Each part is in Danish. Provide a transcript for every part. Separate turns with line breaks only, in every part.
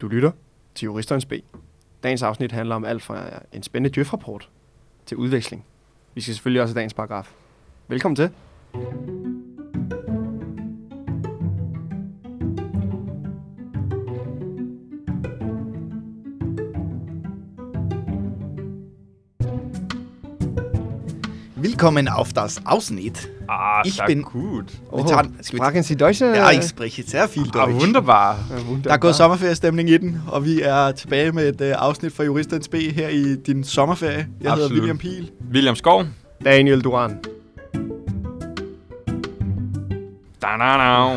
Du lytter til Juristerens B. Dagens afsnit handler om alt fra en spændende djøfrapport til udveksling. Vi skal selvfølgelig også have dagens paragraf. Velkommen til.
Willkommen auf das Ausschnitt.
Ah,
Ich
sehr
bin-
gut.
Vi tager den. Skal vi
Sprachen Sie Deutsche?
Ja, ich spreche sehr viel
Ah,
Deutsch.
wunderbar.
Ja, wunderbar.
Der er gået sommerferiestemning i den, og vi er tilbage med et øh, afsnit fra Juristens B her i din sommerferie. Jeg hedder
Absolut.
William Pihl.
William Skov.
Daniel Duran.
Da, da, da.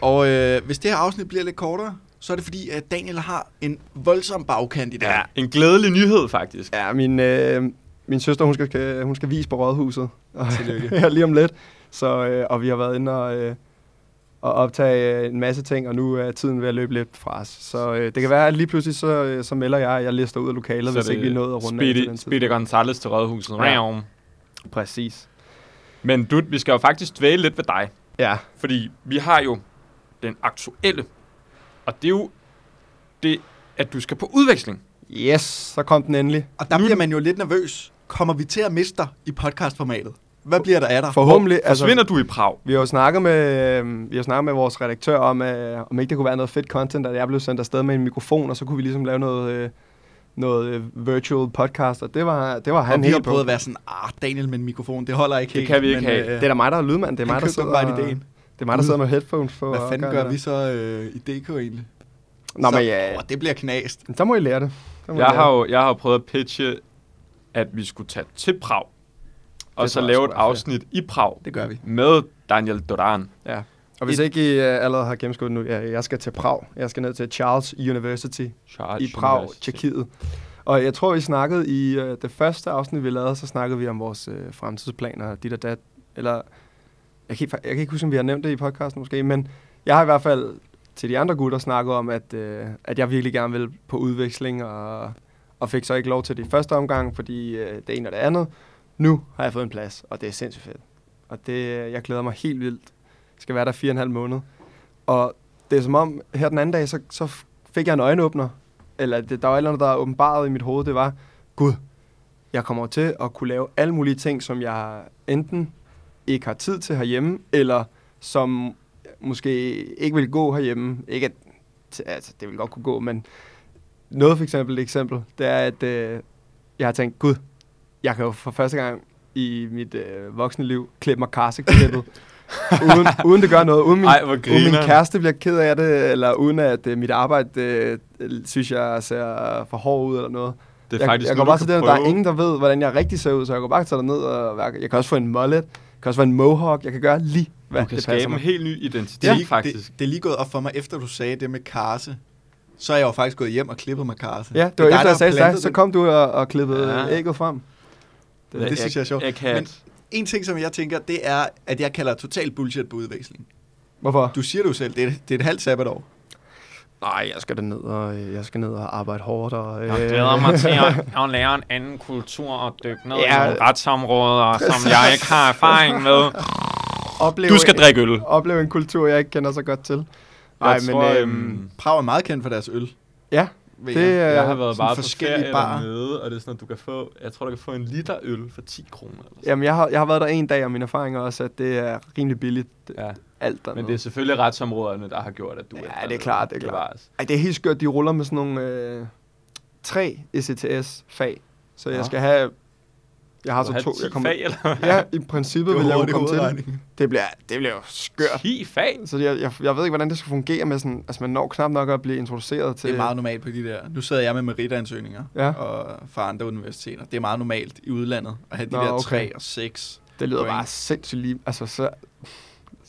Og øh, hvis det her afsnit bliver lidt kortere, så er det fordi, at Daniel har en voldsom bagkant i dag.
Ja, en glædelig nyhed faktisk.
Ja, min, øh, min søster, hun skal, øh, hun skal vise på rådhuset. Og-
Tillykke.
ja, lige om lidt. Så, øh, og vi har været inde og, øh, og optage øh, en masse ting, og nu er tiden ved at løbe lidt fra os. Så øh, det kan være, at lige pludselig så, øh, så melder jeg, at jeg lister ud af lokalet, så hvis
det
ikke vi nåede at runde af til
Speedy,
den tid.
Speedy Gonzales til Rådhuset.
Ja.
Ja.
Præcis.
Men du, vi skal jo faktisk dvæle lidt ved dig.
Ja,
Fordi vi har jo den aktuelle. Og det er jo det, at du skal på udveksling.
yes, så kom den endelig.
Og der
Nu-
bliver man jo lidt nervøs. Kommer vi til at miste dig i podcastformatet? Hvad bliver der af dig?
Forhåbentlig,
Altså, Forsvinder du i Prag?
Vi har jo snakket med, øh, vi har snakket med vores redaktør om, øh, om ikke det kunne være noget fedt content, at jeg blev sendt afsted med en mikrofon, og så kunne vi ligesom lave noget, øh, noget øh, virtual podcast, og det var, det var han
og vi har
helt på.
prøvet at være sådan, ah, Daniel med en mikrofon, det holder ikke
Det
helt.
kan vi ikke have.
Øh,
Det er da mig, der er lydmand. Det er mig, der sidder,
bare ideen.
det er mig, der sidder med headphones på.
Hvad
og
fanden
opgør
gør
det
vi så øh, i DK egentlig?
der. Nå,
så,
men ja,
Åh, det bliver knast.
så må I lære det. Så må
Jeg
I lære
har jo jeg har jo prøvet at pitche, at vi skulle tage til Prag. Og
Det
så
tror jeg
lave
sgu
et
er fedt.
afsnit i Prag
Det gør vi.
med Daniel Doran.
det. Ja. Og hvis ikke I uh, allerede har gennemskuddet nu, ja, jeg skal til Prag. Jeg skal ned til Charles University
Charles
i Prag,
University.
Tjekkiet. Og jeg tror, vi snakkede i øh, det første afsnit, vi lavede, så snakkede vi om vores øh, fremtidsplaner, dit og dat. Eller, jeg kan, ikke, fa- jeg kan ikke huske, om vi har nævnt det i podcasten måske, men jeg har i hvert fald til de andre gutter snakket om, at, øh, at jeg virkelig gerne vil på udveksling, og, og fik så ikke lov til det i første omgang, fordi øh, det ene og det andet. Nu har jeg fået en plads, og det er sindssygt fedt. Og det, øh, jeg glæder mig helt vildt. Jeg skal være der fire og en halv måned. Og det er som om, her den anden dag, så, så fik jeg en øjenåbner, eller det, der var et eller andet, der åbenbarede i mit hoved, det var, gud, jeg kommer til at kunne lave alle mulige ting, som jeg enten ikke har tid til herhjemme, eller som måske ikke vil gå herhjemme. Ikke at, t- altså, det vil godt kunne gå, men noget for eksempel, et eksempel, det er, at øh, jeg har tænkt, gud, jeg kan jo for første gang i mit øh, voksne liv klippe mig karseklippet, uden, uden det gør noget, uden min
Ej, hvor
Uden min
griner.
kæreste bliver ked af det, eller uden at øh, mit arbejde øh, synes, jeg ser for hård ud eller noget.
Det er
jeg,
faktisk
jeg går
noget,
bare
du
til
kan
det, der er
prøve.
ingen, der ved, hvordan jeg rigtig ser ud, så jeg går bare til derned, og jeg, jeg kan også få en mullet, jeg kan også få en mohawk, jeg kan gøre lige, hvad
Du kan
det
skabe
passer
en
mig.
helt ny identitet,
Det er,
ja,
lige,
faktisk.
Det, det er lige gået op for mig, efter du sagde det med karse. Så er jeg jo faktisk gået hjem og klippet mig karse.
Ja, det var
er dig,
efter, jeg sagde
der
til
plantede
dig, så
den.
kom du og, og klippede
Ja.
ja. ægget frem. Det,
Det
det,
synes jeg er sjovt.
Jeg kan,
Men- En ting, som jeg tænker, det er, at jeg kalder total bullshit på udveksling.
hvorfor?
Du siger det jo selv, det er, det er et halvt sabbatår.
Nej, jeg skal derned, og øh, jeg skal ned og arbejde hårdt. Og, øh,
jeg glæder mig til at, at lære en anden kultur og dykke ned ja.
Ja.
i nogle retsområder, som jeg ikke har erfaring med.
opleve,
Du skal drikke øl.
Opleve en kultur, jeg ikke kender så godt til. Nej,
Jeg
men
tror,
øhm,
øhm,
Prag er meget kendt for deres øl.
ja,
ved
det,
jeg.
øh,
jeg har været
sådan
bare på
forskellige
ferie
barer.
dernede, og det er sådan, at du kan få, jeg tror, du kan få en liter øl for 10 kroner. Eller sådan.
Jamen, jeg har, jeg har været der en dag, og mine erfaringer er også, at det er rimelig billigt, ja.
Ja,
alt dernede.
men det er selvfølgelig retsområderne, der har gjort, at du
Ja,
efter-
det er klart, det er klart.
bevares.
Ej, det er helt skørt, de ruller med sådan nogle øh, tre E ECTS-fag, så jeg
Nå.
skal have... Jeg har så
Du
to,
havde
jeg
10
kommer...
fag, eller hvad?
Ja, i princippet vil jeg jo komme til det.
hovedregning.
Det bliver, det bliver jo skørt.
10 fag?
Så jeg, jeg, jeg ved ikke, hvordan det skal fungere med sådan... Altså, man når knap nok at blive introduceret til...
Det er meget normalt på de der. Nu sidder jeg med meritansøgninger
Ja.
og fra andre universiteter. Det er meget normalt i udlandet at have de
Nå,
der
okay.
3 og 6.
Det lyder
point.
bare sindssygt lige... Altså, så,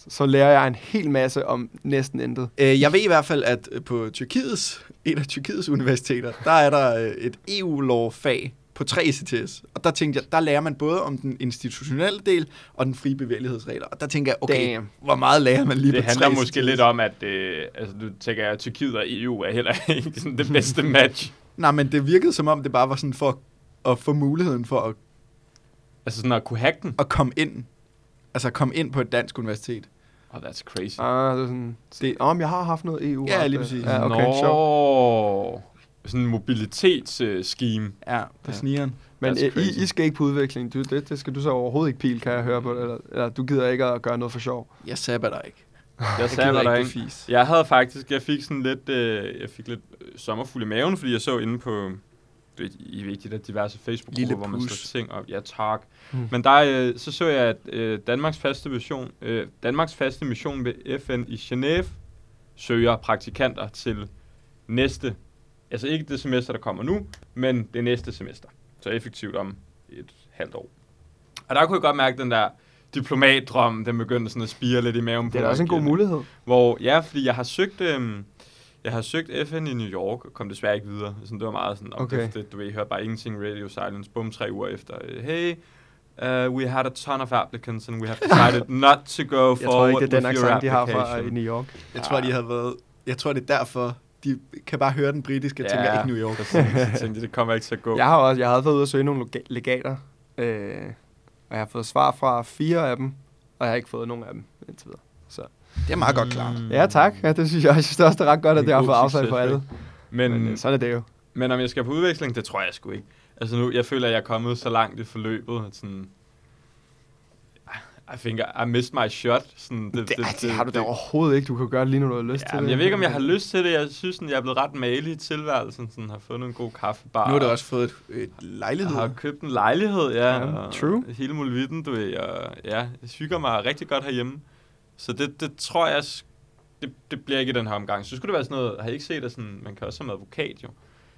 så lærer jeg en hel masse om næsten intet.
Øh, Jeg ved i hvert fald, at øh, på Tyrkiets, et af Tyrkiets universiteter, der er der øh, et EU-lovfag på E 3 ECTS. Og der tænkte jeg, der lærer man både om den institutionelle del og den frie bevægelighedsregler. Og der tænker jeg, okay,
Damn.
hvor meget lærer man lige
det
på E
handler
3
måske
ECTS?
lidt om, at øh, altså, du tænker, at Tyrkiet og EU er heller ikke sådan det bedste match.
Nej, men det virkede som om, det bare var sådan for at få muligheden for at,
Altså sådan at kunne hacke den.
at komme ind. Altså komme ind på et dansk universitet.
Oh, that's crazy.
Ah, det er sådan... Det, om jeg har haft noget E EU.
Ja, lige præcis.
øh, Ah, Ja, okay, sjovt.
Nå. Sådan en mobilitetsscheme.
Ja,
Ja.
på snigeren.
Men
That's
øh,
crazy.
I, I, skal ikke på udvikling. Du, det, det, skal du så overhovedet ikke pile, kan jeg høre på det. Eller, eller du gider ikke at gøre noget for sjov.
Jeg sabber dig ikke.
Jeg
gider
sagde, hvad der
det
ikke.
fis.
Jeg havde faktisk, jeg fik sådan lidt, øh, jeg fik lidt øh, sommerfuld i maven, fordi jeg så inde på, du ved, I ved de der diverse
Lille
Facebook-grupper, hvor man
pus.
slår ting op. Ja, tak.
Hmm.
Men der, øh, så så jeg, at øh, Danmarks, faste mission, øh, Danmarks faste mission ved FN i Genève søger praktikanter til næste, altså ikke det semester, der kommer nu, men det næste semester. Så effektivt om et halvt år. Og der kunne jeg godt mærke den der diplomatdrøm, den begyndte sådan at spire lidt i maven på
Det er da
mig
også en god
igen.
mulighed.
Hvor, ja, fordi jeg har søgt, øhm, jeg har søgt FN i New York, og kom desværre ikke videre. Sådan, det var meget sådan, okay.
Okay.
det, det, du ved, jeg hørte bare ingenting, Radio Silence, bum, tre uger efter. øh, Hey, uh, we had a ton of applicants, and we have decided not to
Jeg
go
tror
forward
ikke, det er den
with your
accent, de har fra
application.
i New York.
Ah.
Jeg tror, de havde været... Jeg tror, det er derfor, de kan bare høre den britiske, ja. tænker
Ja,
ikke New York.
præcis. Jeg tænkte, det kommer ikke til at gå.
Jeg har også, jeg havde været ude og søge nogle loga- legater, øh, og jeg har fået svar fra fire af dem, og jeg har ikke fået nogen af dem indtil videre.
Det er meget godt klart.
Mm.
Ja tak, ja, det synes jeg, jeg synes det er også det er ret godt, at
Det er
det har
god
fået afslag
succes,
for alle. Men,
Men,
Men øh, sådan er det jo.
Men om jeg skal på udveksling, det tror jeg sgu ikke. Altså nu, jeg føler, at jeg er kommet så langt i forløbet, at sådan... I think I missed my shot. Sådan, det,
Det, det, det, har du da overhovedet ikke, du kan gøre det lige nu, du har lyst
Ja,
til
men
det.
jeg ved ikke, om jeg har lyst til det. Jeg synes, sådan, jeg er blevet ret malig i tilværelsen. Sådan, har fundet en god kaffebar.
Nu har du også fået et, et
Jeg
lejlighed.
har købt en lejlighed, ja.
Ja,
og
true.
Hele muligheden, du ved. Og, ja, jeg hygger mig rigtig godt herhjemme. Så det, det tror jeg, sk- det, det bliver ikke i den her omgang. Så skulle det være sådan noget, har I ikke set, at sådan, man kan også som advokat jo,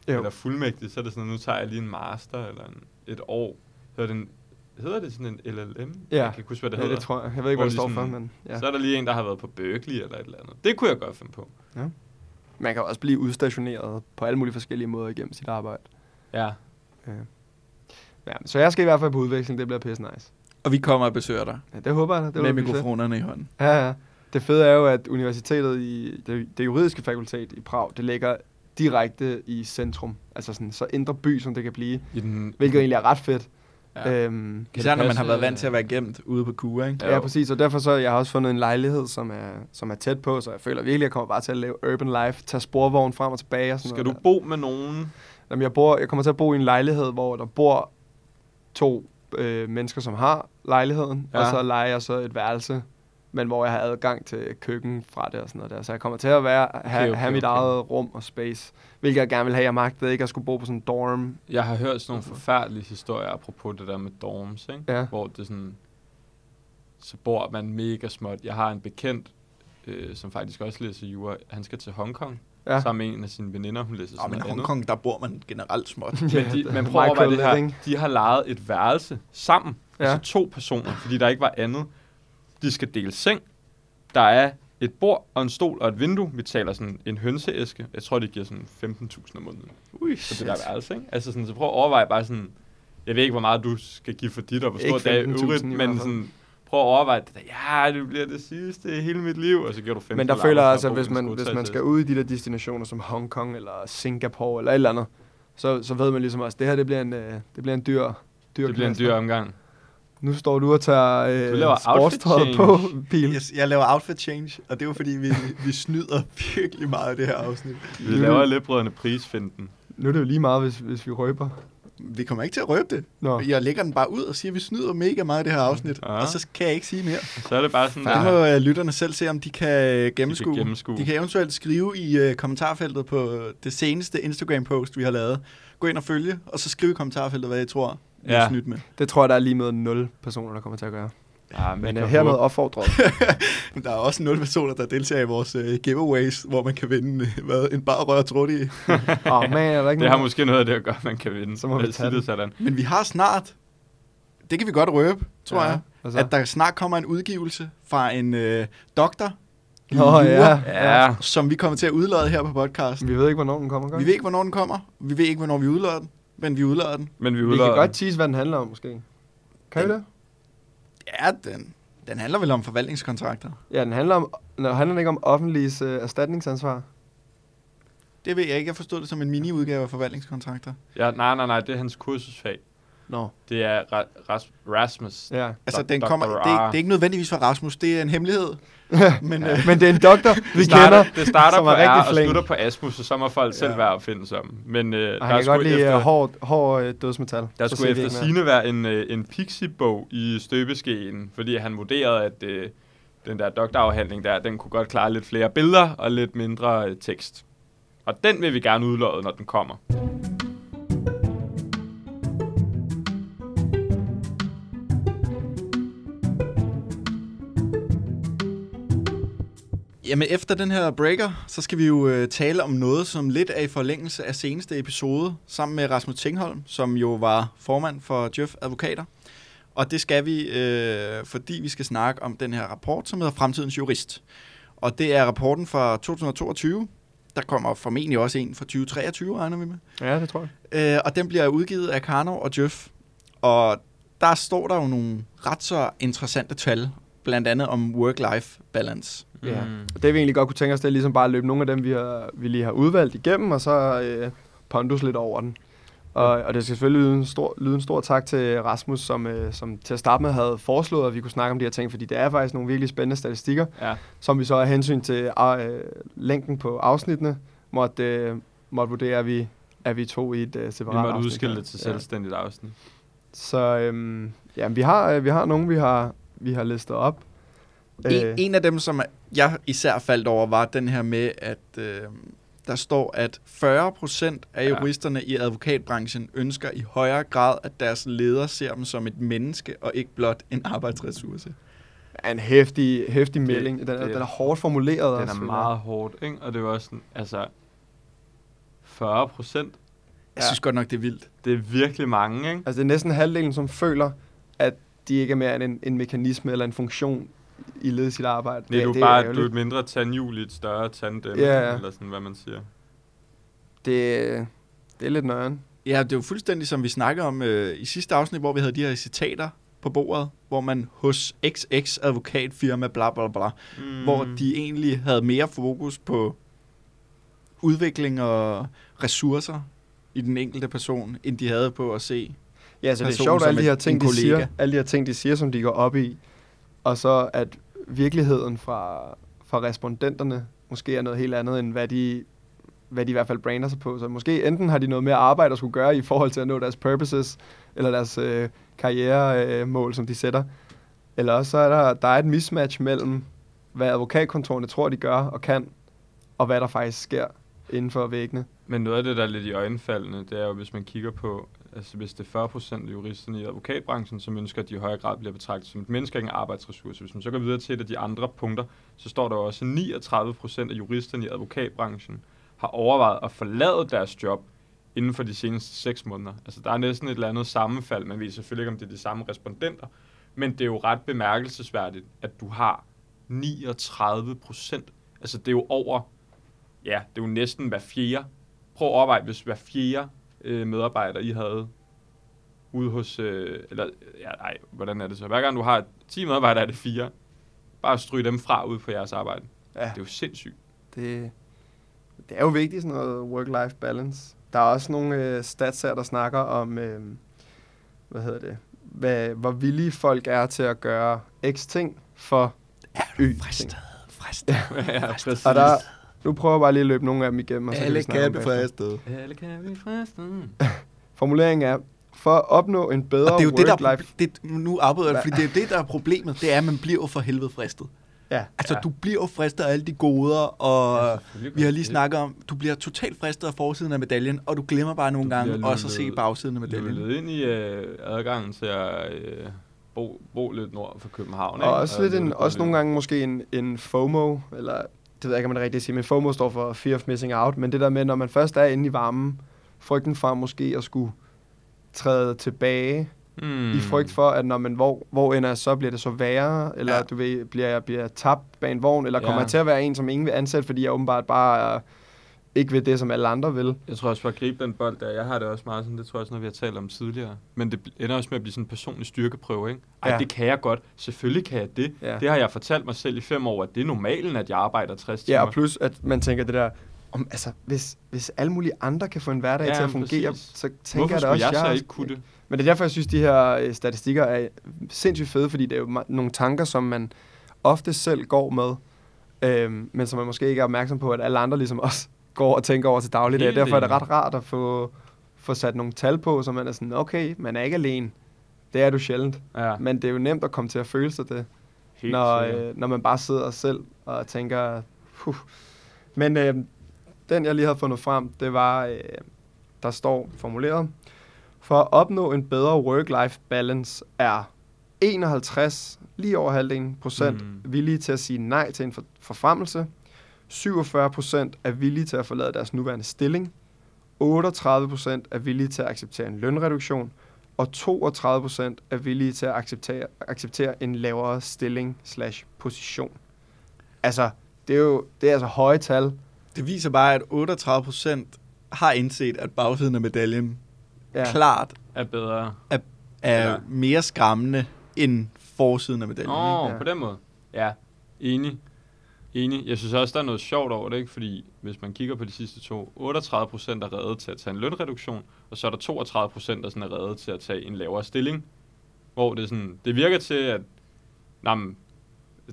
jo.
Jo.
eller fuldmægtig, så er det sådan, nu tager jeg lige en master eller en, et år. Så er det en, hedder det sådan en LLM?
Ja.
Jeg kan ikke huske, hvad det
Ja,
hedder.
det tror jeg. Jeg ved ikke,
Hvor
hvad det står
ligesom-
for, men ja.
ja. Så er der lige en, der har været på Berkeley eller et eller andet. Det kunne jeg godt finde på.
Man kan jo også blive udstationeret på alle mulige forskellige måder igennem sit arbejde.
Ja.
Ja, så jeg skal i hvert fald på udveksling, det bliver pisse nice.
Og vi kommer og besøger dig
Ja, det håber jeg da. Det
med
bliver fedt.
mikrofonerne i hånden.
Ja, ja. Det fede er jo, at universitetet i det, det juridiske fakultet i Prag, det ligger direkte i centrum. Altså sådan så indre by, som det kan blive.
I den,
Hvilket egentlig er ret fedt.
Ja.
Ja. Øhm,
Kan
Især
det
når man
passe,
har været vant
øh,
til at være gemt ude på kure, ikke?
ja, præcis. Og derfor så, jeg har også fundet en lejlighed, som er, som er tæt på, så jeg føler virkelig, at jeg kommer bare til at lave urban life, tage sporvogn frem og tilbage og sådan
Skal du
noget. der.
bo med nogen?
Jamen, jeg, bor, jeg kommer til at bo i en lejlighed, hvor der bor to øh, mennesker, som har lejligheden, ja. og
Ja.
så leger jeg så et værelse, men hvor jeg har adgang til køkken fra det og sådan noget der. Så jeg kommer til at være, ha, okay, okay,
okay,
have mit
okay.
eget rum og space, hvilket jeg gerne vil have. Jeg magtede ikke at skulle bo på sådan en dorm.
Jeg har hørt sådan nogle forfærdelige historier, apropos det der med dorms, ikke?
Ja.
hvor det sådan, så bor man mega småt. Jeg har en bekendt, øh, som faktisk også læser jura, han skal til Hongkong,
Ja.
ja. sammen med en af sine veninder, hun læser
Nå,
sådan
men
noget andet.
Hongkong, der bor man generelt småt.
Men de,
Ja,
man prøver at overveje det her.
microliving.
De har lejet et værelse sammen, ja.
Ja.
altså to personer, fordi der ikke var andet. De skal dele seng. Der er et bord og en stol og et vindue. Vi taler sådan en hønseæske. Jeg tror, det giver sådan 15.000 om måneden.
Ui,
Så det der værelse, ikke? Altså sådan, så prøv at overveje bare sådan, jeg ved ikke, hvor meget du skal give for dit, og hvor
Ikke
stort det er i
15.000 i
øvrigt,
hvert
men
fald.
sådan, prøv at overveje det der, ja, det bliver det sidste i hele mit liv, og så giver du 15
Men der føler jeg altså, hvis man, hvis man skal ud i de der destinationer som Hongkong eller Singapore eller et eller andet, så, så ved man ligesom også, at det her det bliver en, øh, det bliver en dyr, dyr
det bliver en
knaster.
dyr omgang.
Nu står du og tager
Du
øh,
laver
sportstøjet
outfit
på,
change.
Pil.
Jeg, jeg laver outfit change, og det er jo fordi, vi, vi snyder virkelig meget i det her afsnit.
Vi laver læbrødrene prisfinden.
Nu er det jo lige meget, hvis, hvis vi røber.
Vi kommer ikke til at røbe det.
Nå.
Jeg lægger den bare ud og siger, at vi snyder mega meget i det her afsnit,
Ja.
ja. og så kan jeg ikke sige mere.
Så er det bare sådan,
Det
der-
må øh, lytterne selv se, om de kan øh, gennemskue.
gennemskue.
De kan eventuelt skrive i øh, kommentarfeltet på øh, det seneste Instagram-post, vi har lavet. Gå ind og følge, og så skriv i kommentarfeltet, hvad I tror, vi
Ja.
ja. snydt med.
Det tror jeg, der er lige med 0 personer, der kommer til at gøre.
Ja,
Men
vi
uh,
Ah, kan
hermed
håbe.
opfordret.
Men Der er også nul personer, der deltager i vores øh, giveaways, hvor man kan vinde øh, hvad, en bar rør tror i.
Åh, oh, man, er der ikke
Det har
nogen?
måske noget af det at gøre, man kan vinde.
Så må vi
Lad os
tage
sige det sådan.
Men vi har snart, det kan vi godt røbe, tror ja. jeg,
Altså.
at der snart kommer en udgivelse fra en øh, doktor, i
Nå,
jura,
ja.
Ja,
som vi kommer til at udlade her på podcasten.
Vi ved ikke, hvornår den kommer. gør
Vi ved ikke, hvornår den kommer. Vi ved ikke, hvornår vi udlader den. Men vi udlader den.
men vi
vi kan
udlader
godt tease, hvad den handler om, måske. Kan vi
Den-
det?
Ja, den, den handler vel om forvaltningskontrakter.
Ja, den handler om... Nå, handler den ikke om offentliges øh, erstatningsansvar?
Det ved jeg ikke. Jeg forstod det som en mini-udgave af forvaltningskontrakter.
Ja, nej, nej, nej, det er hans kursusfag.
Nå,
Det er Ra- Ras- Rasmus.
ja.
Altså,
Dok-
den kommer,
Dr.
det,
Ra.
er- det er ikke nødvendigvis for Rasmus, det er en hemmelighed. Men øh,
Men det er en doktor, vi
Det starter,
kender.
det starter
som
på
er rigtig
R og
flink.
slutter på Asmus, og så må folk selv
Ja.
være opfindsomme. Men øh,
Og
der,
han
er
kan
sgu
godt lide
efter,
øh, hård, hård øh, dødsmetal.
der
Så
skulle
siger vi
efter
ikke mere.
sine være en, øh, en pixibog i støbeskeen, fordi han vurderede, at øh, den der doktorafhandling der, den kunne godt klare lidt flere billeder og lidt mindre øh, tekst. Og den vil vi gerne udlåde, når den kommer.
jamen, efter den her breaker, så skal vi jo øh, tale om noget, som lidt er i forlængelse af seneste episode, sammen med Rasmus Tingholm, som jo var formand for Djøf Advokater. Og det skal vi, øh, fordi vi skal snakke om den her rapport, som hedder Fremtidens Jurist. Og det er rapporten fra 2022. Der kommer formentlig også en fra 2023, regner vi med.
Ja, det tror jeg.
Øh, og den bliver udgivet af Karno og Jeff. Og der står der jo nogle ret så interessante tal, blandt andet om work-life balance.
Ja.
Mm.
Og det vi egentlig godt kunne tænke os, det er ligesom bare at løbe nogle af dem, vi, har, vi lige har udvalgt igennem, og så øh, pondus lidt over den. Og, og det skal selvfølgelig lyde en, stor, lyde en stor tak til Rasmus, som, øh, som til at starte med havde foreslået, at vi kunne snakke om de her ting, fordi det er faktisk nogle virkelig spændende statistikker,
Ja.
som vi så af hensyn til øh, længden på afsnittene, måtte, øh, måtte vurdere, at vi, at vi tog i et øh,
Vi
separat
måtte
afsnit
udskille
her.
det til
Ja.
selvstændigt afsnit.
Så øhm, ja, vi har, øh, vi har nogle, vi har, vi har listet op. Øh.
En, en af dem, som jeg især faldt over, var den her med, at øh, der står, at 40 procent af
Ja.
juristerne i advokatbranchen ønsker i højere grad, at deres leder ser dem som et menneske og ikke blot en arbejdsressource.
er en hæftig, hæftig melding. Den, er,
det-
den er hårdt formuleret.
Den
også,
er
føler jeg.
meget hårdt, ikke? Og det var sådan, altså... 40 procent,
Jeg
Ja.
synes godt nok, det er vildt.
det er virkelig mange, ikke?
Altså, det er næsten halvdelen, som føler, at de ikke er mere end en, en mekanisme eller en funktion i ledet sit arbejde.
Det, ja, du,
det
det bare, er du er
ærgerligt.
et mindre tandhjul i et større tanddæmme,
Ja, ja.
eller sådan, hvad man siger.
det, det er lidt nøjeren.
Ja, det er jo fuldstændig som vi snakkede om øh, i sidste afsnit, hvor vi havde de her citater på bordet, hvor man hos XX advokatfirma bla bla bla, mm.
Mm.
hvor de egentlig havde mere fokus på udvikling og ressourcer i den enkelte person, end de havde på at se.
Ja, så det er
Personen
sjovt, at
som
alle de,
en-
her
en
ting, de
kollega.
siger, alle de her ting, de siger, som de går op i, og så at virkeligheden fra, fra respondenterne måske er noget helt andet, end hvad de, hvad de i hvert fald brander sig på. Så måske enten har de noget mere arbejde at skulle gøre i forhold til at nå deres purposes, eller deres øh, karrieremål, øh, mål, som de sætter. Eller også så er der, der er et mismatch mellem, hvad advokatkontorene tror, de gør og kan, og hvad der faktisk sker inden for væggene.
Men noget af det, der er lidt i øjenfaldene, det er jo, hvis man kigger på, altså hvis det er 40% af juristerne i advokatbranchen, som ønsker, at de i højere grad bliver betragtet som et menneske og ikke en arbejdsressource. Hvis man så går videre til et af de andre punkter, så står der jo også, at 39% af juristerne i advokatbranchen har overvejet at forlade deres job inden for de seneste 6 måneder. Altså der er næsten et eller andet sammenfald. Man ved selvfølgelig ikke, om det er de samme respondenter, men det er jo ret bemærkelsesværdigt, at du har 39%. Altså det er jo over ja, det er jo næsten hver fjerde. Prøv at overveje, hvis hver fjerde øh, medarbejder, I havde ude hos, øh, eller, ja, nej, hvordan er det så? Hver gang du har 10 medarbejdere, er det fire. Bare stryg dem fra ud på jeres arbejde.
Ja.
Det er jo sindssygt.
det, det er jo vigtigt, sådan noget work-life balance. Der er også nogle øh, stats her, der snakker om, øh, hvad hedder det, hvad, hvor villige folk er til at gøre x ting for y ting.
Fristet.
ja, præcis.
Og der, nu prøver jeg bare lige at løbe nogle af dem igennem. Og så kan vi
Alle
snakke om
kappe
bagefter.
fristet.
Alle kan vi friste.
Formuleringen er, for at opnå en bedre
Og det er jo det, der er
work-life...
proble- det, nu arbejder jeg, fordi det er jo det, der er problemet, det er, at man bliver jo for helvede fristet.
Ja,
Altså,
Ja.
ja. du bliver jo fristet af alle de goder, og
selvfølgelig gør
vi har
du
lige
det.
snakket om, du bliver totalt fristet af forsiden af medaljen, og du glemmer bare nogle
Du
gange
bliver
også at se
lullet-
bagsiden af
Det er
medaljen.
løbet ind i øh, adgangen til at øh, bo, bo lidt nord for København.
Og også, lidt
det er
en,
lidt
også nogle
dårligt.
gange måske en, en FOMO, eller det ved jeg ikke, om man rigtig siger, men FOMO står for Fear of Missing Out, men det der med, når man først er inde i varmen, frygten for måske at skulle træde tilbage, mm. i frygt for, at når man, hvor, hvor ender jeg så, bliver det så værre, eller ja.
Ja.
du ved, bliver jeg bliver jeg tabt bag en vogn, eller kommer
Ja.
jeg til at være en, som ingen vil ansætte, fordi jeg åbenbart bare øh, ikke ved det, som alle andre vil.
Jeg tror også, for at gribe den bold der, jeg har det også meget sådan, det tror jeg også, når vi har talt om tidligere. Men det bl- ender også med at blive sådan en personlig styrkeprøve, ikke? Ej,
Ja.
ja. det kan jeg godt. Selvfølgelig kan jeg det.
Ja.
Ja. Det har jeg fortalt mig selv i fem år, at det er normalen, at jeg arbejder 60 timer.
Ja, og plus, at man tænker det der, om, altså, hvis, hvis alle mulige andre kan få en hverdag
Ja,
ja, til at
men
fungere,
præcis.
præcis. så tænker
Hvorfor
jeg da
skulle
også,
jeg så
jeg
ikke kunne det?
Men det er derfor, jeg synes, de her øh, statistikker er sindssygt fede, fordi det er jo ma- nogle tanker, som man ofte selv går med, øhm, men som man måske ikke er opmærksom på, at alle andre ligesom også går og tænker over til daglig.
Helt
Derfor er det
enig.
ret rart at få, få sat nogle tal på, så man er sådan, okay, man er ikke alene. Det er du sjældent.
Ja,
Men det er jo nemt at komme til at føle sig det,
helt
når,
sikkert.
øh, når man bare sidder selv og tænker, huh. Men øh, den, jeg lige havde fundet frem, det var, øh, der står formuleret, for at opnå en bedre work-life balance er 51, lige over halvdelen procent,
Mm.
mm. villige til at sige nej til en for- forfremmelse, 47 procent er villige til at forlade deres nuværende stilling, 38 procent er villige til at acceptere en lønreduktion, og 32 procent er villige til at acceptere, acceptere en lavere stilling slash position. Altså, det er jo det er altså høje tal.
Det viser bare, at 38 procent har indset, at bagsiden af medaljen ja. klart
er bedre.
er
Ja.
ja. mere skræmmende end forsiden af medaljen.
Åh, oh,
Ja.
på den måde. Ja, enig. Enig. Jeg synes også, der er noget sjovt over det, ikke? Fordi hvis man kigger på de sidste to, 38 procent er reddet til at tage en lønreduktion, og så er der 32 procent, der sådan er reddet til at tage en lavere stilling. Hvor det, er sådan, det virker til, at nej, men,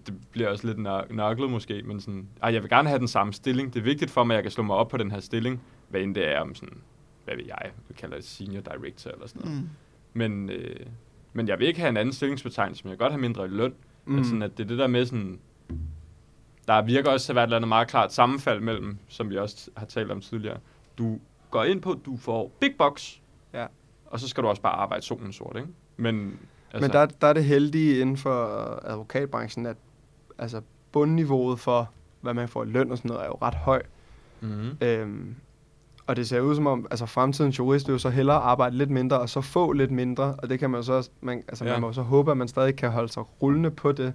det bliver også lidt nør- nørklet måske, men sådan, ej, jeg vil gerne have den samme stilling. Det er vigtigt for mig, at jeg kan slå mig op på den her stilling, hvad end det er om sådan, hvad ved jeg, vi kalder det senior director eller sådan noget.
Mm.
Men, øh, men jeg vil ikke have en anden stillingsbetegnelse, men jeg vil godt have mindre i løn. Mm.
Mm.
Altså, sådan, at det er det der med sådan... Der virker også til at være et eller andet meget klart sammenfald mellem, som vi også har talt om tidligere. Du går ind på, du får big box,
Ja.
og så skal du også bare arbejde solen sort, ikke? Men, altså,
Men der, der er det heldige inden for advokatbranchen, at altså, bundniveauet for, hvad man får i løn og sådan noget, er jo ret høj.
Mm-hmm.
Øhm, og det ser ud som om, altså fremtidens jurist vil jo så hellere arbejde lidt mindre, og så få lidt mindre, og det kan man jo så, også- man, altså,
Ja.
man må jo så håbe, at man stadig kan holde sig rullende på det.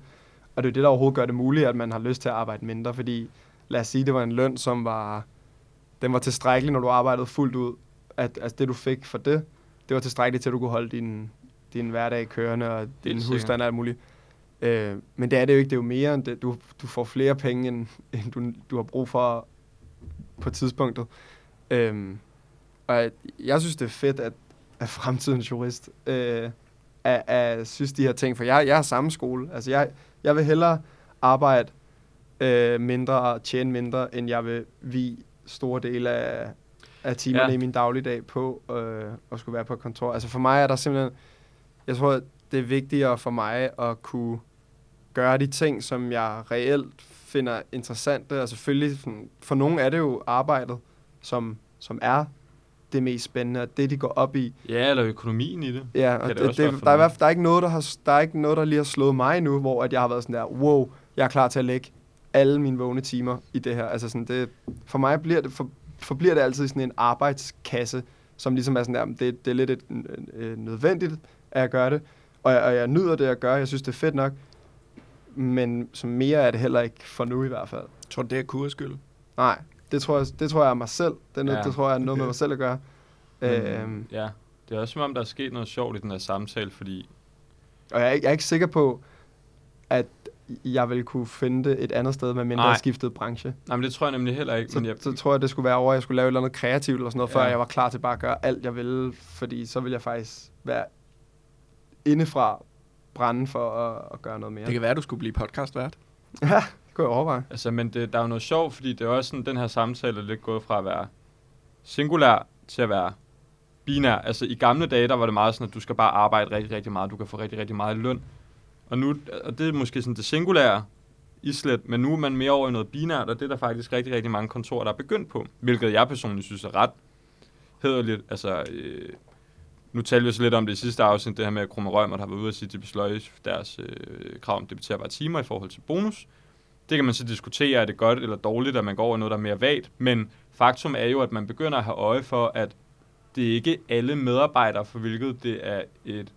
Og det er jo det, der overhovedet gør det muligt, at man har lyst til at arbejde mindre, fordi lad os sige, det var en løn, som var, den var tilstrækkelig, når du arbejdede fuldt ud, at altså, det du fik for det, det var tilstrækkeligt til, at du kunne holde din, din hverdag kørende, og din
sikkert.
husstand og alt muligt. Øh, men det er det jo ikke, det er jo mere end det. Du, du får flere penge, end, end du, du har brug for på tidspunktet. Øhm, og jeg- jeg synes, det er fedt, at, at fremtidens jurist øh, er, er, synes de her ting, for jeg, jeg er samme skole. Altså, jeg, jeg vil hellere arbejde øh, mindre og tjene mindre, end jeg vil vi store dele af, af timerne
Ja.
ja. i min dagligdag på øh, at skulle være på et kontor. Altså, for mig er der simpelthen... Jeg tror, at det er vigtigere for mig at kunne gøre de ting, som jeg reelt finder interessante. Og selvfølgelig, sådan, for nogen er det jo arbejdet, som, som er det mest spændende, og det, de går op i.
Ja, eller økonomien i det.
Ja,
Kan
og
det
det,
også
det,
være for
der, er, i
nogen.
hvert fald- der, er ikke noget, der, har, der er ikke noget, der lige har slået mig nu, hvor at jeg har været sådan der, wow, jeg er klar til at lægge alle mine vågne timer i det her. Altså sådan, det, for mig bliver det, for, forbliver det altid sådan en arbejdskasse, som ligesom er sådan der, "Men det, det er lidt et, øh, nødvendigt, at jeg gør det, og jeg, og jeg nyder det, jeg gør, jeg synes, det er fedt nok, men som mere er det heller ikke for nu i hvert fald.
Tror du, det er kurs skyld?
Nej, det tror jeg, det tror jeg er mig selv. Det, er noget,
Ja.
ja. det tror jeg er noget med mig selv at gøre.
Men,
Øhm,
Ja, det er også som om, der er sket noget sjovt i den her samtale, fordi
Og jeg er, ikke- jeg er ikke sikker på, at jeg ville kunne finde det et andet sted, med mindre
Nej.
jeg skiftede branche.
Nej, men det tror jeg nemlig heller ikke.
Så,
men jeg,
så tror jeg, det skulle være over, at jeg skulle lave et eller andet kreativt eller sådan noget, før
Ja.
jeg var klar til bare at gøre alt, jeg ville. Fordi så ville jeg faktisk være indefra brænde for at, at gøre noget mere.
Ja. Det kan være, at du skulle blive podcastvært.
ja, det kunne jeg overveje.
Altså, men det, der er jo noget sjovt, fordi det er også sådan, den her samtale er lidt gået fra at være singulær til at være binær. Altså, i gamle dage, der var det meget sådan, at du skal bare arbejde rigtig, rigtig meget. Du kan få rigtig, rigtig meget i løn. Og, nu, og det er måske sådan det singulære islet, men nu er man mere over i noget binært, og det er der faktisk rigtig, rigtig mange kontorer, der er begyndt på. Hvilket jeg personligt synes er ret hederligt. Altså, øh, nu talte vi så lidt om det i sidste afsnit, det her med, at Krumme Rømer, der var ude at sige, at de besløje deres øh, krav om debiterbare timer i forhold til bonus. Det kan man så diskutere, er det godt eller dårligt, at man går over i noget, der er mere vagt. Men faktum er jo, at man begynder at have øje for, at det er ikke alle medarbejdere, for hvilket det er et,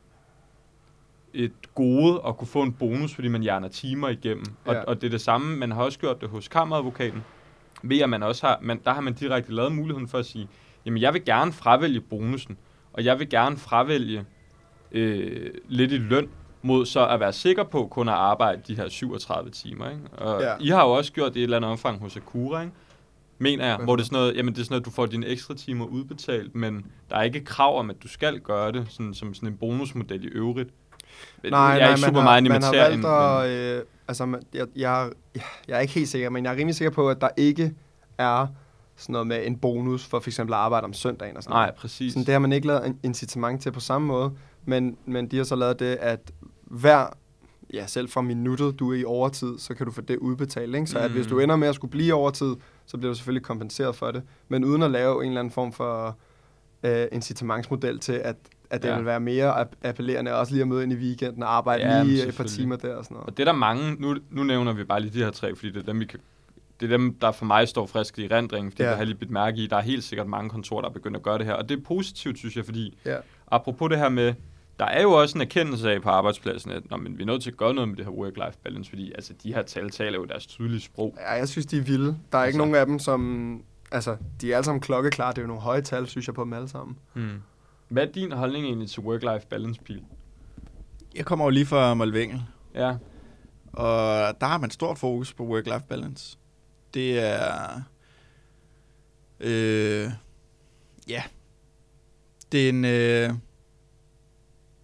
et gode at kunne få en bonus, fordi man hjerner timer igennem. Ja. Og,
Ja.
og det er det samme, man har også gjort det hos kammeradvokaten, ved at man også har, man, der har man direkte lavet muligheden for at sige, jamen jeg vil gerne fravælge bonusen, og jeg vil gerne fravælge øh, lidt i løn, mod så at være sikker på kun at arbejde de her 37 timer. Ikke? Og ja.
Ja.
I har jo også gjort det i et eller andet omfang hos Akura, ikke? mener jeg,
Hvad
hvor
for
det er sådan noget, jamen det er sådan noget, at du får dine ekstra timer udbetalt, men der er ikke krav om, at du skal gøre det, sådan, som sådan en bonusmodel i øvrigt.
Nej,
jeg
nej,
er ikke super
man
meget
har,
inde i
man har
materien,
valgt
men-
at... Øh, altså, man, jeg, jeg, jeg er ikke helt sikker, men jeg er rimelig sikker på, at der ikke er sådan noget med en bonus for for eksempel at arbejde om søndagen og sådan
Nej, præcis.
Sådan, det har man ikke lavet en- incitament til på samme måde, men, men de har så lavet det, at hver, ja selv fra minuttet, du er i overtid, så kan du få det udbetalt. Ikke? Så at hvis
Mm.
du ender med at skulle blive i overtid, så bliver du selvfølgelig kompenseret for det, men uden at lave en eller anden form for øh, incitamentsmodel til, at, at det
Ja.
ja. vil være mere ap- appellerende også lige at møde ind i weekenden og arbejde
Ja,
ja,
men
lige et par timer
selvfølgelig.
der og sådan noget.
Og det er der mange, nu, nu nævner vi bare lige de her tre, fordi det er dem, vi kan, det er dem der for mig står frisk i rendringen, fordi
Ja.
ja. jeg har lige bidt mærke i, der er helt sikkert mange kontorer, der er begyndt at gøre det her. Og det er positivt, synes jeg, fordi
Ja.
apropos det her med, der er jo også en erkendelse af på arbejdspladsen, at Nå, men vi er nødt til at gøre noget med det her work-life balance, fordi altså, de her tal taler jo deres tydelige sprog.
Ja, jeg synes, de er vilde. Der er ikke
Altså.
nogen af dem, som... Altså, de er alle sammen klokkeklare. Det er jo nogle høje tal, synes jeg, på dem alle sammen.
Hmm. Hvad er din holdning egentlig til work-life balance, Pil?
Jeg kommer jo lige fra Molvengel,
Ja,
og der har man stort fokus på work-life balance. Det er... Øh, ja. Det er en... Øh,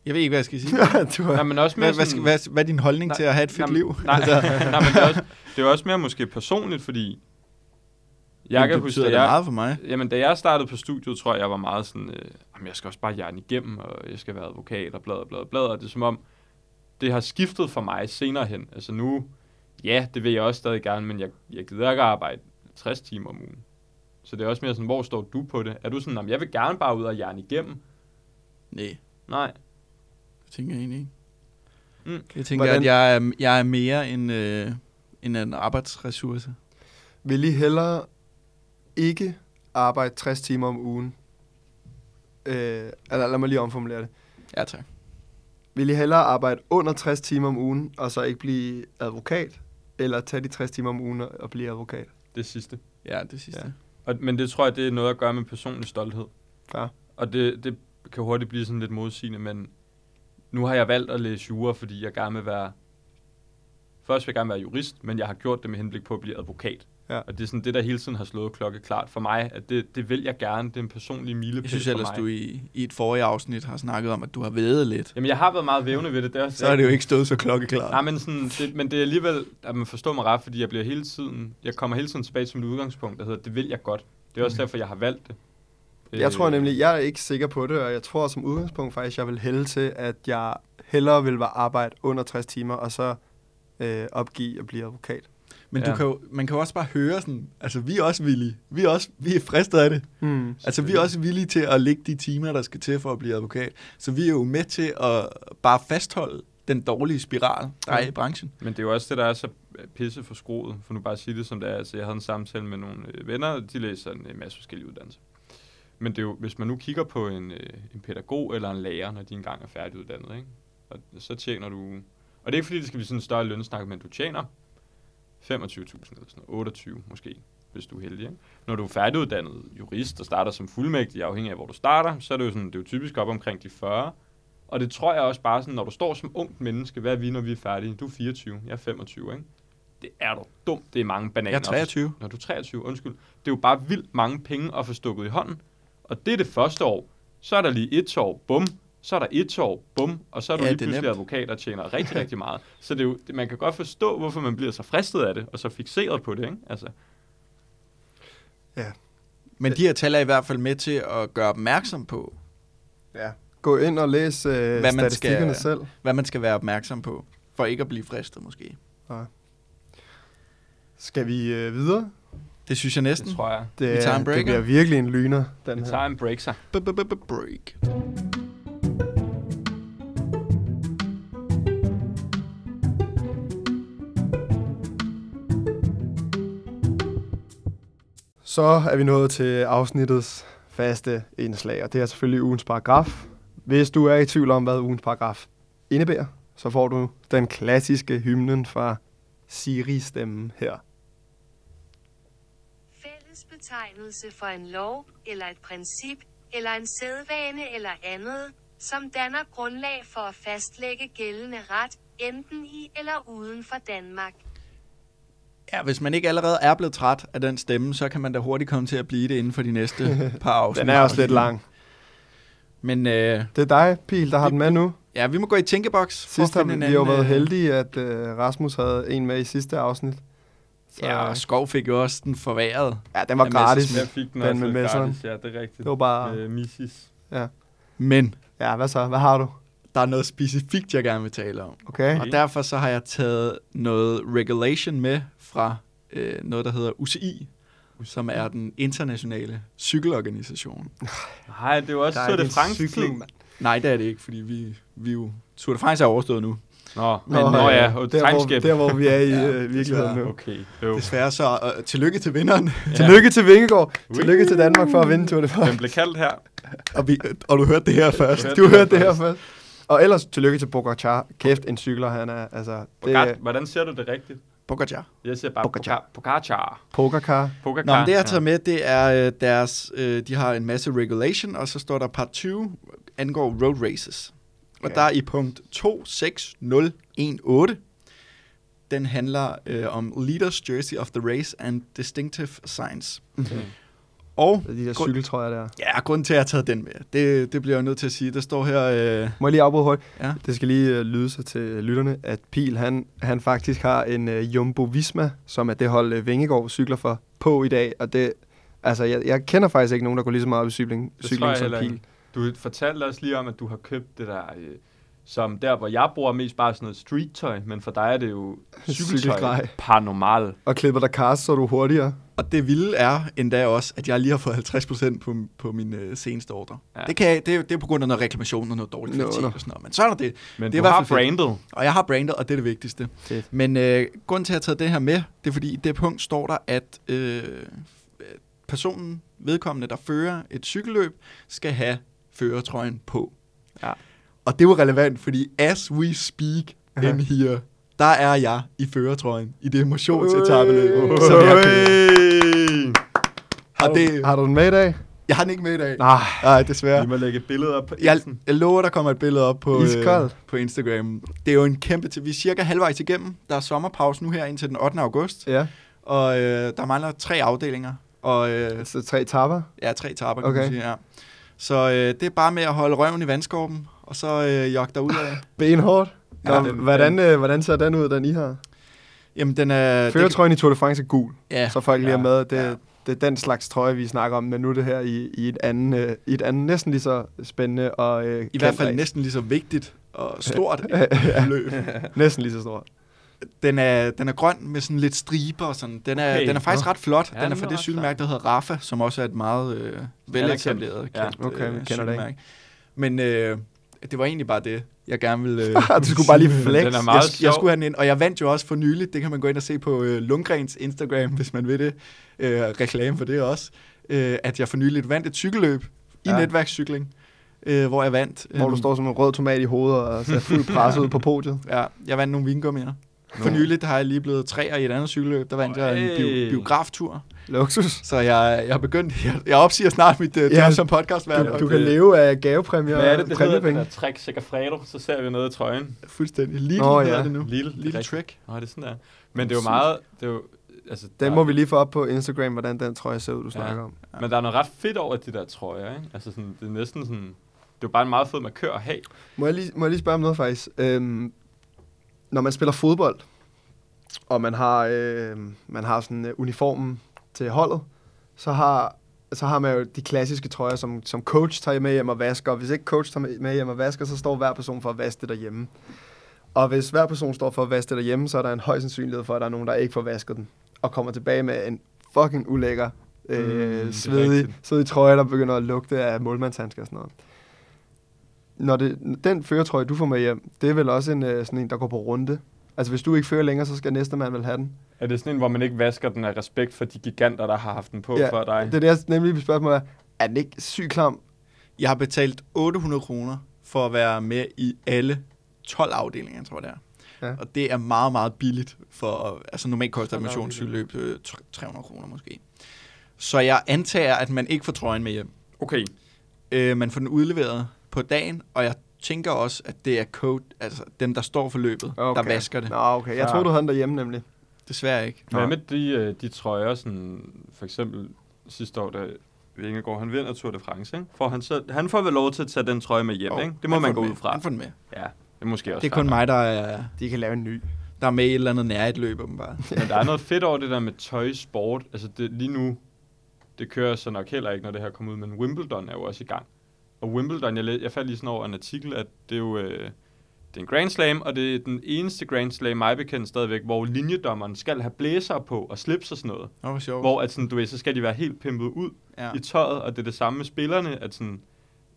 jeg ved ikke, hvad jeg skal sige.
du
Nej, men også mere
Hvad, hvad,
sådan-
skal- hvad, hvad er din holdning
Nej,
til at have et fedt
nej,
liv? Altså,
Nej, nej men det er, også, det er også mere måske personligt, fordi jeg kan
det
huske,
betyder
at
da
jeg,
meget for mig.
Jamen, da jeg startede på studiet, tror jeg, jeg var meget sådan, øh, jamen, jeg skal også bare hjerne igennem, og jeg skal være advokat, og bladre, bladre, bladre. Og det er som om, det har skiftet for mig senere hen. Altså nu, ja, det vil jeg også stadig gerne, men jeg, jeg gider ikke arbejde 60 timer om ugen. Så det er også mere sådan, hvor står du på det? Er du sådan, jamen, jeg vil gerne bare ud og hjerne igennem? Mm.
Nej,
Nej.
det tænker jeg egentlig ikke.
Mm.
Jeg tænker,
Hvordan-
Hvordan? at jeg er, jeg er mere end, øh, end en arbejdsressource.
Vil I hellere ikke arbejde 60 timer om ugen? Øh, eller lad mig lige omformulere det.
Ja, tak.
Vil I hellere arbejde under 60 timer om ugen, og så ikke blive advokat? Eller tage de 60 timer om ugen og og blive advokat?
Det sidste.
Ja, det sidste. Ja.
Og, men det tror jeg, det er noget at gøre med personlig stolthed.
Ja.
Og det, det kan hurtigt blive sådan lidt modsigende, men nu har jeg valgt at læse jura, fordi jeg gerne vil være... Først vil jeg gerne være jurist, men jeg har gjort det med henblik på at blive advokat.
Ja.
Og det er sådan det, der hele tiden har slået klokke klart for mig, at det, det vil jeg gerne. Det er en personlig milepæl
Jeg synes
for
ellers,
mig.
du i, i et forrige afsnit har snakket om, at du har vædet lidt.
Jamen, jeg har været meget vævende ved det. Der,
Så er det jo ikke stået så klokkeklart.
Nej, men, sådan, det, men det er alligevel, at man forstår mig ret, fordi jeg bliver hele tiden, jeg kommer hele tiden tilbage til mit udgangspunkt, der hedder, det vil jeg godt. Det er også derfor, jeg har valgt det.
Mm. Jeg tror nemlig, jeg er ikke sikker på det, og jeg tror som udgangspunkt faktisk, jeg vil hælde til, at jeg hellere vil være arbejde under 60 timer, og så øh, opgive at blive advokat.
Men
Ja.
du kan jo, man kan jo også bare høre sådan, altså vi er også villige. Vi er, også, vi er fristet af det.
Mm.
Altså vi er også villige til at lægge de timer, der skal til for at blive advokat. Så vi er jo med til at bare fastholde den dårlige spiral, der er i branchen.
Men det er jo også det, der er så pisse for skroet, for nu bare at sige det som det er. Altså, jeg havde en samtale med nogle øh, venner, og de læser en øh, masse forskellige uddannelser. Men det er jo, hvis man nu kigger på en, øh, en pædagog eller en lærer, når de engang er færdiguddannet, ikke? Og så tjener du... Og det er ikke fordi, det skal blive sådan en større lønsnak, men du tjener 25.000 eller sådan noget, 28 måske, hvis du er heldig. Ikke? Når du er færdiguddannet jurist og starter som fuldmægtig, afhængig af hvor du starter, så er det jo, sådan, det er jo typisk op omkring de 40. Og det tror jeg også bare sådan, når du står som ungt menneske, hvad er vi, når vi er færdige? Du er 24, jeg er 25, ikke? Det er du dumt, det er mange bananer.
Jeg er 23.
Når du er 23, undskyld. Det er jo bare vildt mange penge at få stukket i hånden. Og det er det første år. Så er der lige et år, bum. Så er der et år, bum. Og så er du
Ja,
ja, lige
det er
pludselig
nemt.
advokat, der tjener rigtig, rigtig meget. Så det er jo, det, man kan godt forstå, hvorfor man bliver så fristet af det, og så fixeret på det, ikke? Altså,
Men de her tal er i hvert fald med til at gøre opmærksom på,
Gå ind og læs øh,
man skal-
statistikkerne selv.
hvad man skal være opmærksom på, for ikke at blive fristet måske.
Skal vi øh, videre?
Det synes jeg
det
næsten.
tror jeg.
Det,
Vi tager en
det
breaker.
bliver virkelig en lyner, den
Det
her.
tager en break sig.
B-b-b-break.
Så er vi nået til afsnittets faste indslag, og det er selvfølgelig ugens paragraf. Hvis du er i tvivl om, hvad ugens paragraf indebærer, så får du den klassiske hymnen fra Siri-stemmen her.
Fælles betegnelse for en lov, eller et princip, eller en sædvane eller andet, som danner grundlag for at fastlægge gældende ret, enten i eller uden for Danmark.
Ja, hvis man ikke allerede er blevet træt af den stemme, så kan man da hurtigt komme til at blive det inden for de næste par afsnit.
Den er også lidt lang.
Men øh,
Det er dig, Pil, der har den med nu.
ja, vi må gå i tænkeboks. for at
Sidst har
finde
vi
en
vi jo
anden,
været
øh,
heldige, at øh, Rasmus havde en med i sidste afsnit. Så,
Ja, og Skov fik jo også den forværet.
ja, den var
Jamen,
gratis.
Jeg fik den,
Den
også
med
lidt
messeren.
gratis, ja, det er rigtigt.
Det var bare...
Øh.
Med Missis.
Men
Ja, hvad så? Hvad har du?
der er noget specifikt, jeg gerne vil tale om.
Okay.
Og derfor så har jeg taget noget regulation med fra øh, noget, der hedder UCI, som er den internationale cykelorganisation.
Nej, det var også Tour de France ting.
Nej, det er det ikke, fordi vi, vi er jo... Tour de France er overstået nu.
Nå,
Men,
men, nå
øh,
ja, og
der, hvor,
timeskab.
der, hvor vi er i
Ja,
øh, virkeligheden nu.
Okay, øv.
Desværre så øh, tillykke til vinderen.
Ja.
Tillykke til Vingegaard. Tillykke til Danmark for at vinde Tour de
Den
France.
blev kaldt her.
og, vi, og du hørte det her først.
Du hørte det her først. Og ellers tillykke til Bogacar. Kæft, en cykler han er. Altså, det
Pogacar,
er
hvordan ser du det rigtigt?
Pogacar.
Jeg siger bare
Pogacar.
Pogacar. Pogacar.
Pogacar.
Pogacar.
Nå, men det jeg har
Ja.
taget med, det er øh, deres, øh, de har en masse regulation, og så står der part 20, angår road races. Okay.
Okay.
Og der er i punkt 260018, den handler øh, om Leaders Jersey of the Race and Distinctive Signs.
Okay.
Og
De der
Grund-
cykeltrøjer der.
ja, grunden til, at jeg har taget den med, det, det bliver jeg nødt til at sige. Der står her, øh,
Må jeg lige afbryde hurtigt?
Ja.
Det skal lige øh, lyde sig til lytterne, at Pil han, han faktisk har en øh, Jumbo Visma, som er det hold øh, Vingegaard cykler for, på i dag. Og det, altså, jeg, jeg kender faktisk ikke nogen, der går lige så meget op i cykling,
Det tror
cykling
jeg
som
heller
Pil.
ikke. Du fortalte os lige om, at du har købt det der, øh, som der, hvor jeg bruger mest bare sådan noget street-tøj, men for dig er det jo cykeltøj.
Cykelgrej.
Paranormal.
Og klipper dig kast, så er du hurtigere.
og det vilde er endda også, at jeg lige har fået 50% på, på min øh, seneste ordre.
Ja.
Ja. Det, kan, det, er- det er på grund af noget reklamation og noget dårlig
Nå,
kvalitet
nå.
og sådan noget, men sådan er det. Det
Men det
er
du
i hvert
har
fald fedt.
brandet.
Og jeg har brandet, og det er det vigtigste.
Fedt.
Men øh, grunden til, at jeg har taget det her med, det er fordi, i det punkt står der, at øh, personen, vedkommende, der fører et cykelløb, skal have førertrøjen på.
Ja.
Og det var relevant, fordi as we speak
Aha.
in here, der er jeg i førertrøjen i det motionsetappeløb, som jeg kører.
kører.
Har,
Og
det...
det,
du, har du den med i dag?
jeg har den ikke med i dag.
Nej.
Nej,
Vi
desværre.
må lægge billeder op på
Jeg,
Insen.
jeg lover, der kommer et billede op på, øh,
Iskoldt.
på Instagram. Det er jo en kæmpe... Til, vi er cirka halvvejs igennem. Der er sommerpause nu her indtil den 8. august.
Ja,
Og øh, der mangler tre afdelinger. Og øh,
så Altså, tre tapper.
ja, tre tapper, kan okay.
Okay.
man sige. Ja. Så øh, det er bare med at holde røven i vandskorben, og så øh, jogge derud af.
Benhårdt. Nå,
Ja,
ja,
den-
hvordan, øh, hvordan ser den ud, den I har?
Jamen, den er... det kan-
Føretrøjen i Tour de France er gul,
Ja,
så folk lige er
ja,
med. Det,
ja.
det er den slags trøje, vi snakker om, men nu er det her i, i, et, anden, øh, i et andet næsten lige så spændende og øh,
i
kendt
hvert fald
ræs.
næsten lige så vigtigt og stort
Ja.
et løb.
næsten lige så stort.
Den er, den er grøn med sådan lidt striber og sådan. Den er,
Okay,
okay, den er faktisk
nå.
ret flot.
Ja,
den
den
er fra
er
det
ret
cykelmærke, der hedder Rafa, som også er et meget øh, veletableret
Ja,
kendt
okay, vi
øh,
kender det ikke.
cykelmærke. Men øh, det var egentlig bare det, jeg gerne ville... Øh,
du skulle bare lige
sige.
flex.
Den er
jeg,
meget
sk- jeg
sjov.
skulle have den ind, og jeg vandt jo også for nyligt. Det kan man gå ind og se på øh, Lundgrens Instagram, hvis man vil det. Øh, reklame for det også. Øh, at jeg for nyligt vandt et cykelløb i
Ja.
netværkscykling, øh, hvor jeg vandt...
Hvor du
nogle-
står som en rød tomat i hovedet og ser fuldt presset ud på podiet.
Ja, jeg vandt nogle vingummier. For nyligt har jeg lige blevet træer i et andet cykelløb. Der vandt jeg en
Ej.
bi- biograftur.
Luksus.
Så jeg, jeg har begyndt... Jeg, jeg opsiger snart mit uh, job
Ja,
som podcastvært.
Du,
og
du
det
kan leve af gavepræmier
Hvad er det,
og
det hedder? Det
præmiepenge.
der trick Segafredo, så ser vi noget i trøjen.
er Fuldstændig. Lille
Nå,
oh,
ja.
ja. det nu.
Lille, det er
Lille
rigtigt.
trick.
Nå, er det sådan der? Men det er jo meget... Det er jo, altså,
Den
der,
må vi lige få op på Instagram, hvordan den trøje ser ud, du snakker om.
Men der er noget ret fedt over de der trøjer, ikke? Altså sådan, det er næsten sådan... Det er jo bare en meget fed markør at have.
Må jeg lige, må jeg lige spørge om noget faktisk? Øhm, når man spiller fodbold, og man har, øh, man har sådan øh, uniformen til holdet, så har, så har man jo de klassiske trøjer, som, som coach tager med hjem og vasker. Og hvis ikke coach tager med hjem og vasker, så står hver person for at vaske det derhjemme. Og hvis hver person står for at vaske det derhjemme, så er der en høj sandsynlighed for, at der er nogen, der ikke får vasket den. Og kommer tilbage med en fucking ulækker,
Mm, det
øh,
er
mm, svedig,
rigtigt.
svedig trøje, der begynder at lugte af målmandshandsker og sådan noget når det, den førertrøje, du får med hjem, det er vel også en, øh, sådan en, der går på runde. Altså, hvis du ikke fører længere, så skal næste mand vel have den.
Er det sådan en, hvor man ikke vasker den af respekt for de giganter, der har haft den på ja, før dig?
Det er deres nemlig mit spørgsmål er, er den ikke syg klam?
Jeg har betalt 800 kroner for at være med i alle 12 afdelinger, tror jeg det er.
Ja.
Ja. Og det er meget, meget billigt. For, altså normalt koster
12
et
afdelinger.
motionscykelløb øh, tr- 300 kroner måske. Så jeg antager, at man ikke får trøjen med hjem.
Okay.
Øh, man får den udleveret på dagen, og jeg tænker også, at det er code, altså dem, der står for løbet, okay. der vasker det.
Nå, okay. Jeg
Ja.
troede, du havde den derhjemme nemlig.
Det Desværre ikke.
Hvad
Nej.
med de, øh, de trøjer, sådan, for eksempel sidste år, da Vingegaard, han vinder Tour de France, ikke? For han, så, han får vel lov til at tage den trøje med hjem,
Jo,
oh, ikke? Det må
han
man
får
gå
den
ud
med.
fra.
Han får den med.
Ja, det er måske også
Det er
fair
kun
nok.
mig, der er,
De kan lave en ny.
der er med i et eller andet nær et løb, åbenbart.
Men der er noget fedt over det der med tøj, sport. Altså det, lige nu, det kører så nok heller ikke, når det her kommer ud, men Wimbledon er jo også i gang. Og Wimbledon, jeg, læ- jeg faldt lige sådan over en artikel, at det er jo øh, det er en Grand Slam, og det er den eneste Grand Slam, mig bekendt stadigvæk, hvor linjedommeren skal have blæser på og slips og sådan noget.
Nå, hvor sjovt.
Hvor at sådan, du ved, så skal de være helt pimpet ud
Ja.
i tøjet, og det er det samme med spillerne, at sådan,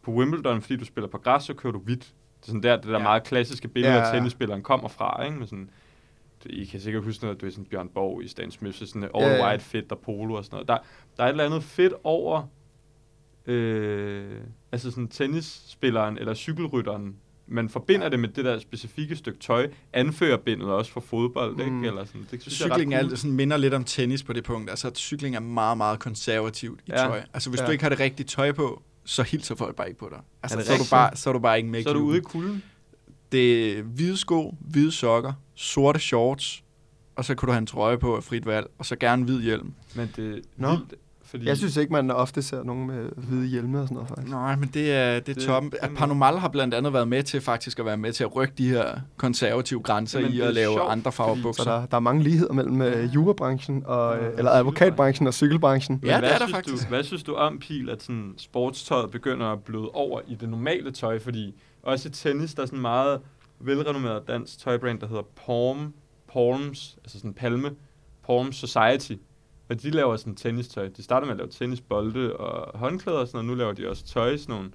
på Wimbledon, fordi du spiller på græs, så kører du hvidt. Det er sådan der, det der
Ja.
ja. meget klassiske billede,
Ja,
ja,
ja, ja.
tennisspilleren kommer fra, ikke? Med sådan, det- I kan sikkert huske noget, du er sådan Bjørn Borg i Stan Smith, så sådan all
Ja,
ja,
ja.
white fit og polo og sådan noget. Der, der er et eller andet fedt over, øh, altså sådan tennisspilleren eller cykelrytteren, man forbinder det med det der specifikke stykke tøj, anfører bindet også for fodbold, ikke?
Mm.
Eller sådan, det synes jeg
Cykling
er, ret
er,
cool.
sådan, minder lidt om tennis på det punkt. Altså, at cykling er meget, meget konservativt i
Ja.
tøj. Altså, hvis
Ja.
du ikke har det rigtige tøj på, så hilser folk bare ikke på dig. Altså,
Er det
så, er du
rigtigt?
bare, så er du bare ikke med i
Så er du
klubben.
ude i kulden.
Det er hvide sko, hvide sokker, sorte shorts, og så kunne du have en trøje på af frit valg, og så gerne hvid hjelm.
Men det er
Nå.
vildt, fordi...
Jeg synes ikke, man ofte ser nogen med hvide hjelme og sådan noget, faktisk.
Nej, men det er, det er
Det-
toppen.
det
At
må-
Panomal har blandt andet været med til faktisk at være med til at rykke de her konservative grænser
Jamen,
i
det er
at lave
sjovt,
andre farver
fordi-
Så
bukser.
der, der er mange ligheder mellem
Ja.
øh, jurabranchen, og,
Ja,
øh, eller advokatbranchen og cykelbranchen.
Ja, det
hvad
er der
synes
faktisk.
Du, hvad synes du om, Pil, at sådan sportstøjet begynder at bløde over i det normale tøj? Fordi også i tennis, der er sådan en meget velrenommeret dansk tøjbrand, der hedder Palm, Palms, altså sådan Palme, Palm Society. Og de laver sådan tennistøj. De starter med at lave tennisbolde og håndklæder og sådan noget. Nu laver de også tøj, sådan nogle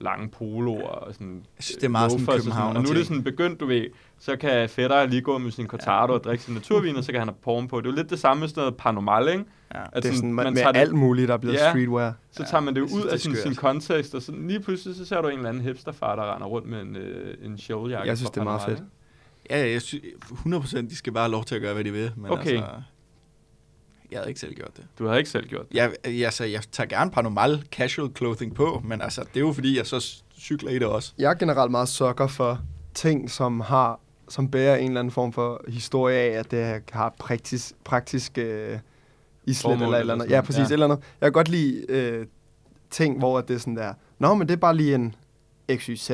lange poloer og sådan... øh,
Jeg synes, det er meget sådan
loafers og sådan, Og nu er
københavner-ting.
det sådan begyndt, du ved, så kan fætter lige gå med sin cortado og drikke sin naturvin, og så kan han have porn på. Det er jo lidt det samme med sådan noget paranormal, ikke?
Ja.
At
det er sådan, man, med
Altså, tager det-
alt muligt, der er blevet
Ja.
ja. streetwear.
så
Ja,
tager man det jo
jeg synes,
ud
det er
af sådan, sin
skørt.
kontekst, og sådan, lige pludselig så ser du en eller anden hipsterfar, der render rundt med en, øh, en showjakke.
Jeg synes,
fra
det er meget
Panama,
fedt.
Ja, jeg synes 100% de skal bare have lov til at gøre, hvad de vil. Men
Okay.
altså, jeg havde ikke selv gjort det.
ikke? Du havde ikke selv gjort det.
Jeg, altså, jeg tager gerne paranormal casual clothing på, men altså, det er jo fordi, jeg så cykler i det også.
Jeg er generelt meget sukker for ting, som har som bærer en eller anden form for historie af, at det har praktisk, praktisk øh, islet
Formål
eller et
eller
eller andet.
sådan.
Ja, præcis.
Ja.
Ja. Et eller andet. Jeg kan godt lide øh, ting, hvor at det er sådan der, nå, men det er bare lige en XYZ.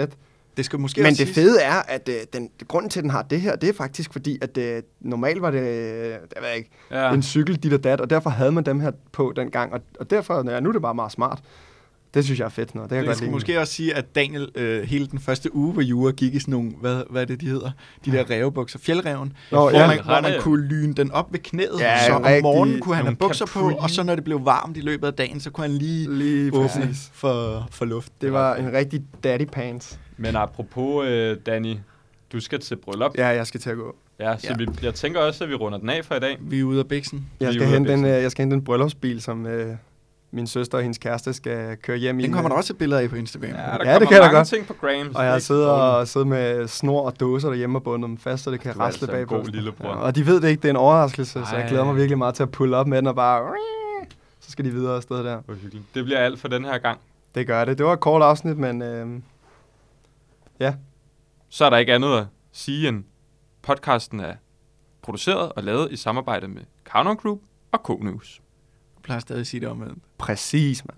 Det skal måske
Men
også
det
siges-
fede er, at øh, den, grunden til, at den har det her, det er faktisk fordi, at øh, normalt var det, øh, jeg ved ikke,
Ja.
en cykel, dit og dat, og derfor havde man dem her på dengang, og, og derfor, ja, nu er det bare meget smart. Det synes jeg er fedt, noget. det kan
Jeg
jeg godt
skulle
lide.
måske også sige, at Daniel øh, hele den første uge på Jura gik i sådan nogle, hvad, hvad er det, de hedder? De der rævebukser, fjeldreven,
Nå,
hvor,
ja.
man, hvor man
Rene-
kunne lyne den op ved knæet,
Ja,
så om
rigtig-
morgenen kunne han
nogle
have bukser
capri.
på, og så når det blev varmt i løbet af dagen, så kunne han lige,
Lige
åbne
præcis.
for, for luft.
Det var en rigtig daddy pants.
Men apropos, øh, Danny, du skal til bryllup.
Ja, jeg skal til at gå.
Ja, så
Ja.
Vi, jeg tænker også, at vi runder den af for i dag.
Vi er ude af biksen.
Jeg
Lige
skal,
ud af
hente en,
biksen.
øh, jeg skal hente en bryllupsbil, som øh, min søster og hendes kæreste skal køre hjem i.
Den kommer der også et billede af på Instagram.
Ja, der
det
kommer
kan jeg da
mange
godt.
ting på Graham. så
Og
det er
jeg
ikke
sidder,
så dårligt.
og sidder med snor og dåser derhjemme og bundet dem fast, så det kan
Du er
rasle
altså en
bagpå.
god lillebror.
Ja, og de ved det ikke, det er en overraskelse, Ej. så jeg
Ej.
glæder mig virkelig meget til at pulle op med den og bare... Så skal de videre afsted der.
Hvor hyggeligt. Det bliver alt for den her gang.
Det gør det. Det var et kort afsnit, men øh,
Så er der ikke andet at sige end, podcasten er produceret og lavet i samarbejde med Carnon Group og K-News.
Jeg plejer stadig at sige det om,
præcis, mand.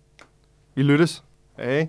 Vi lyttes. Hey.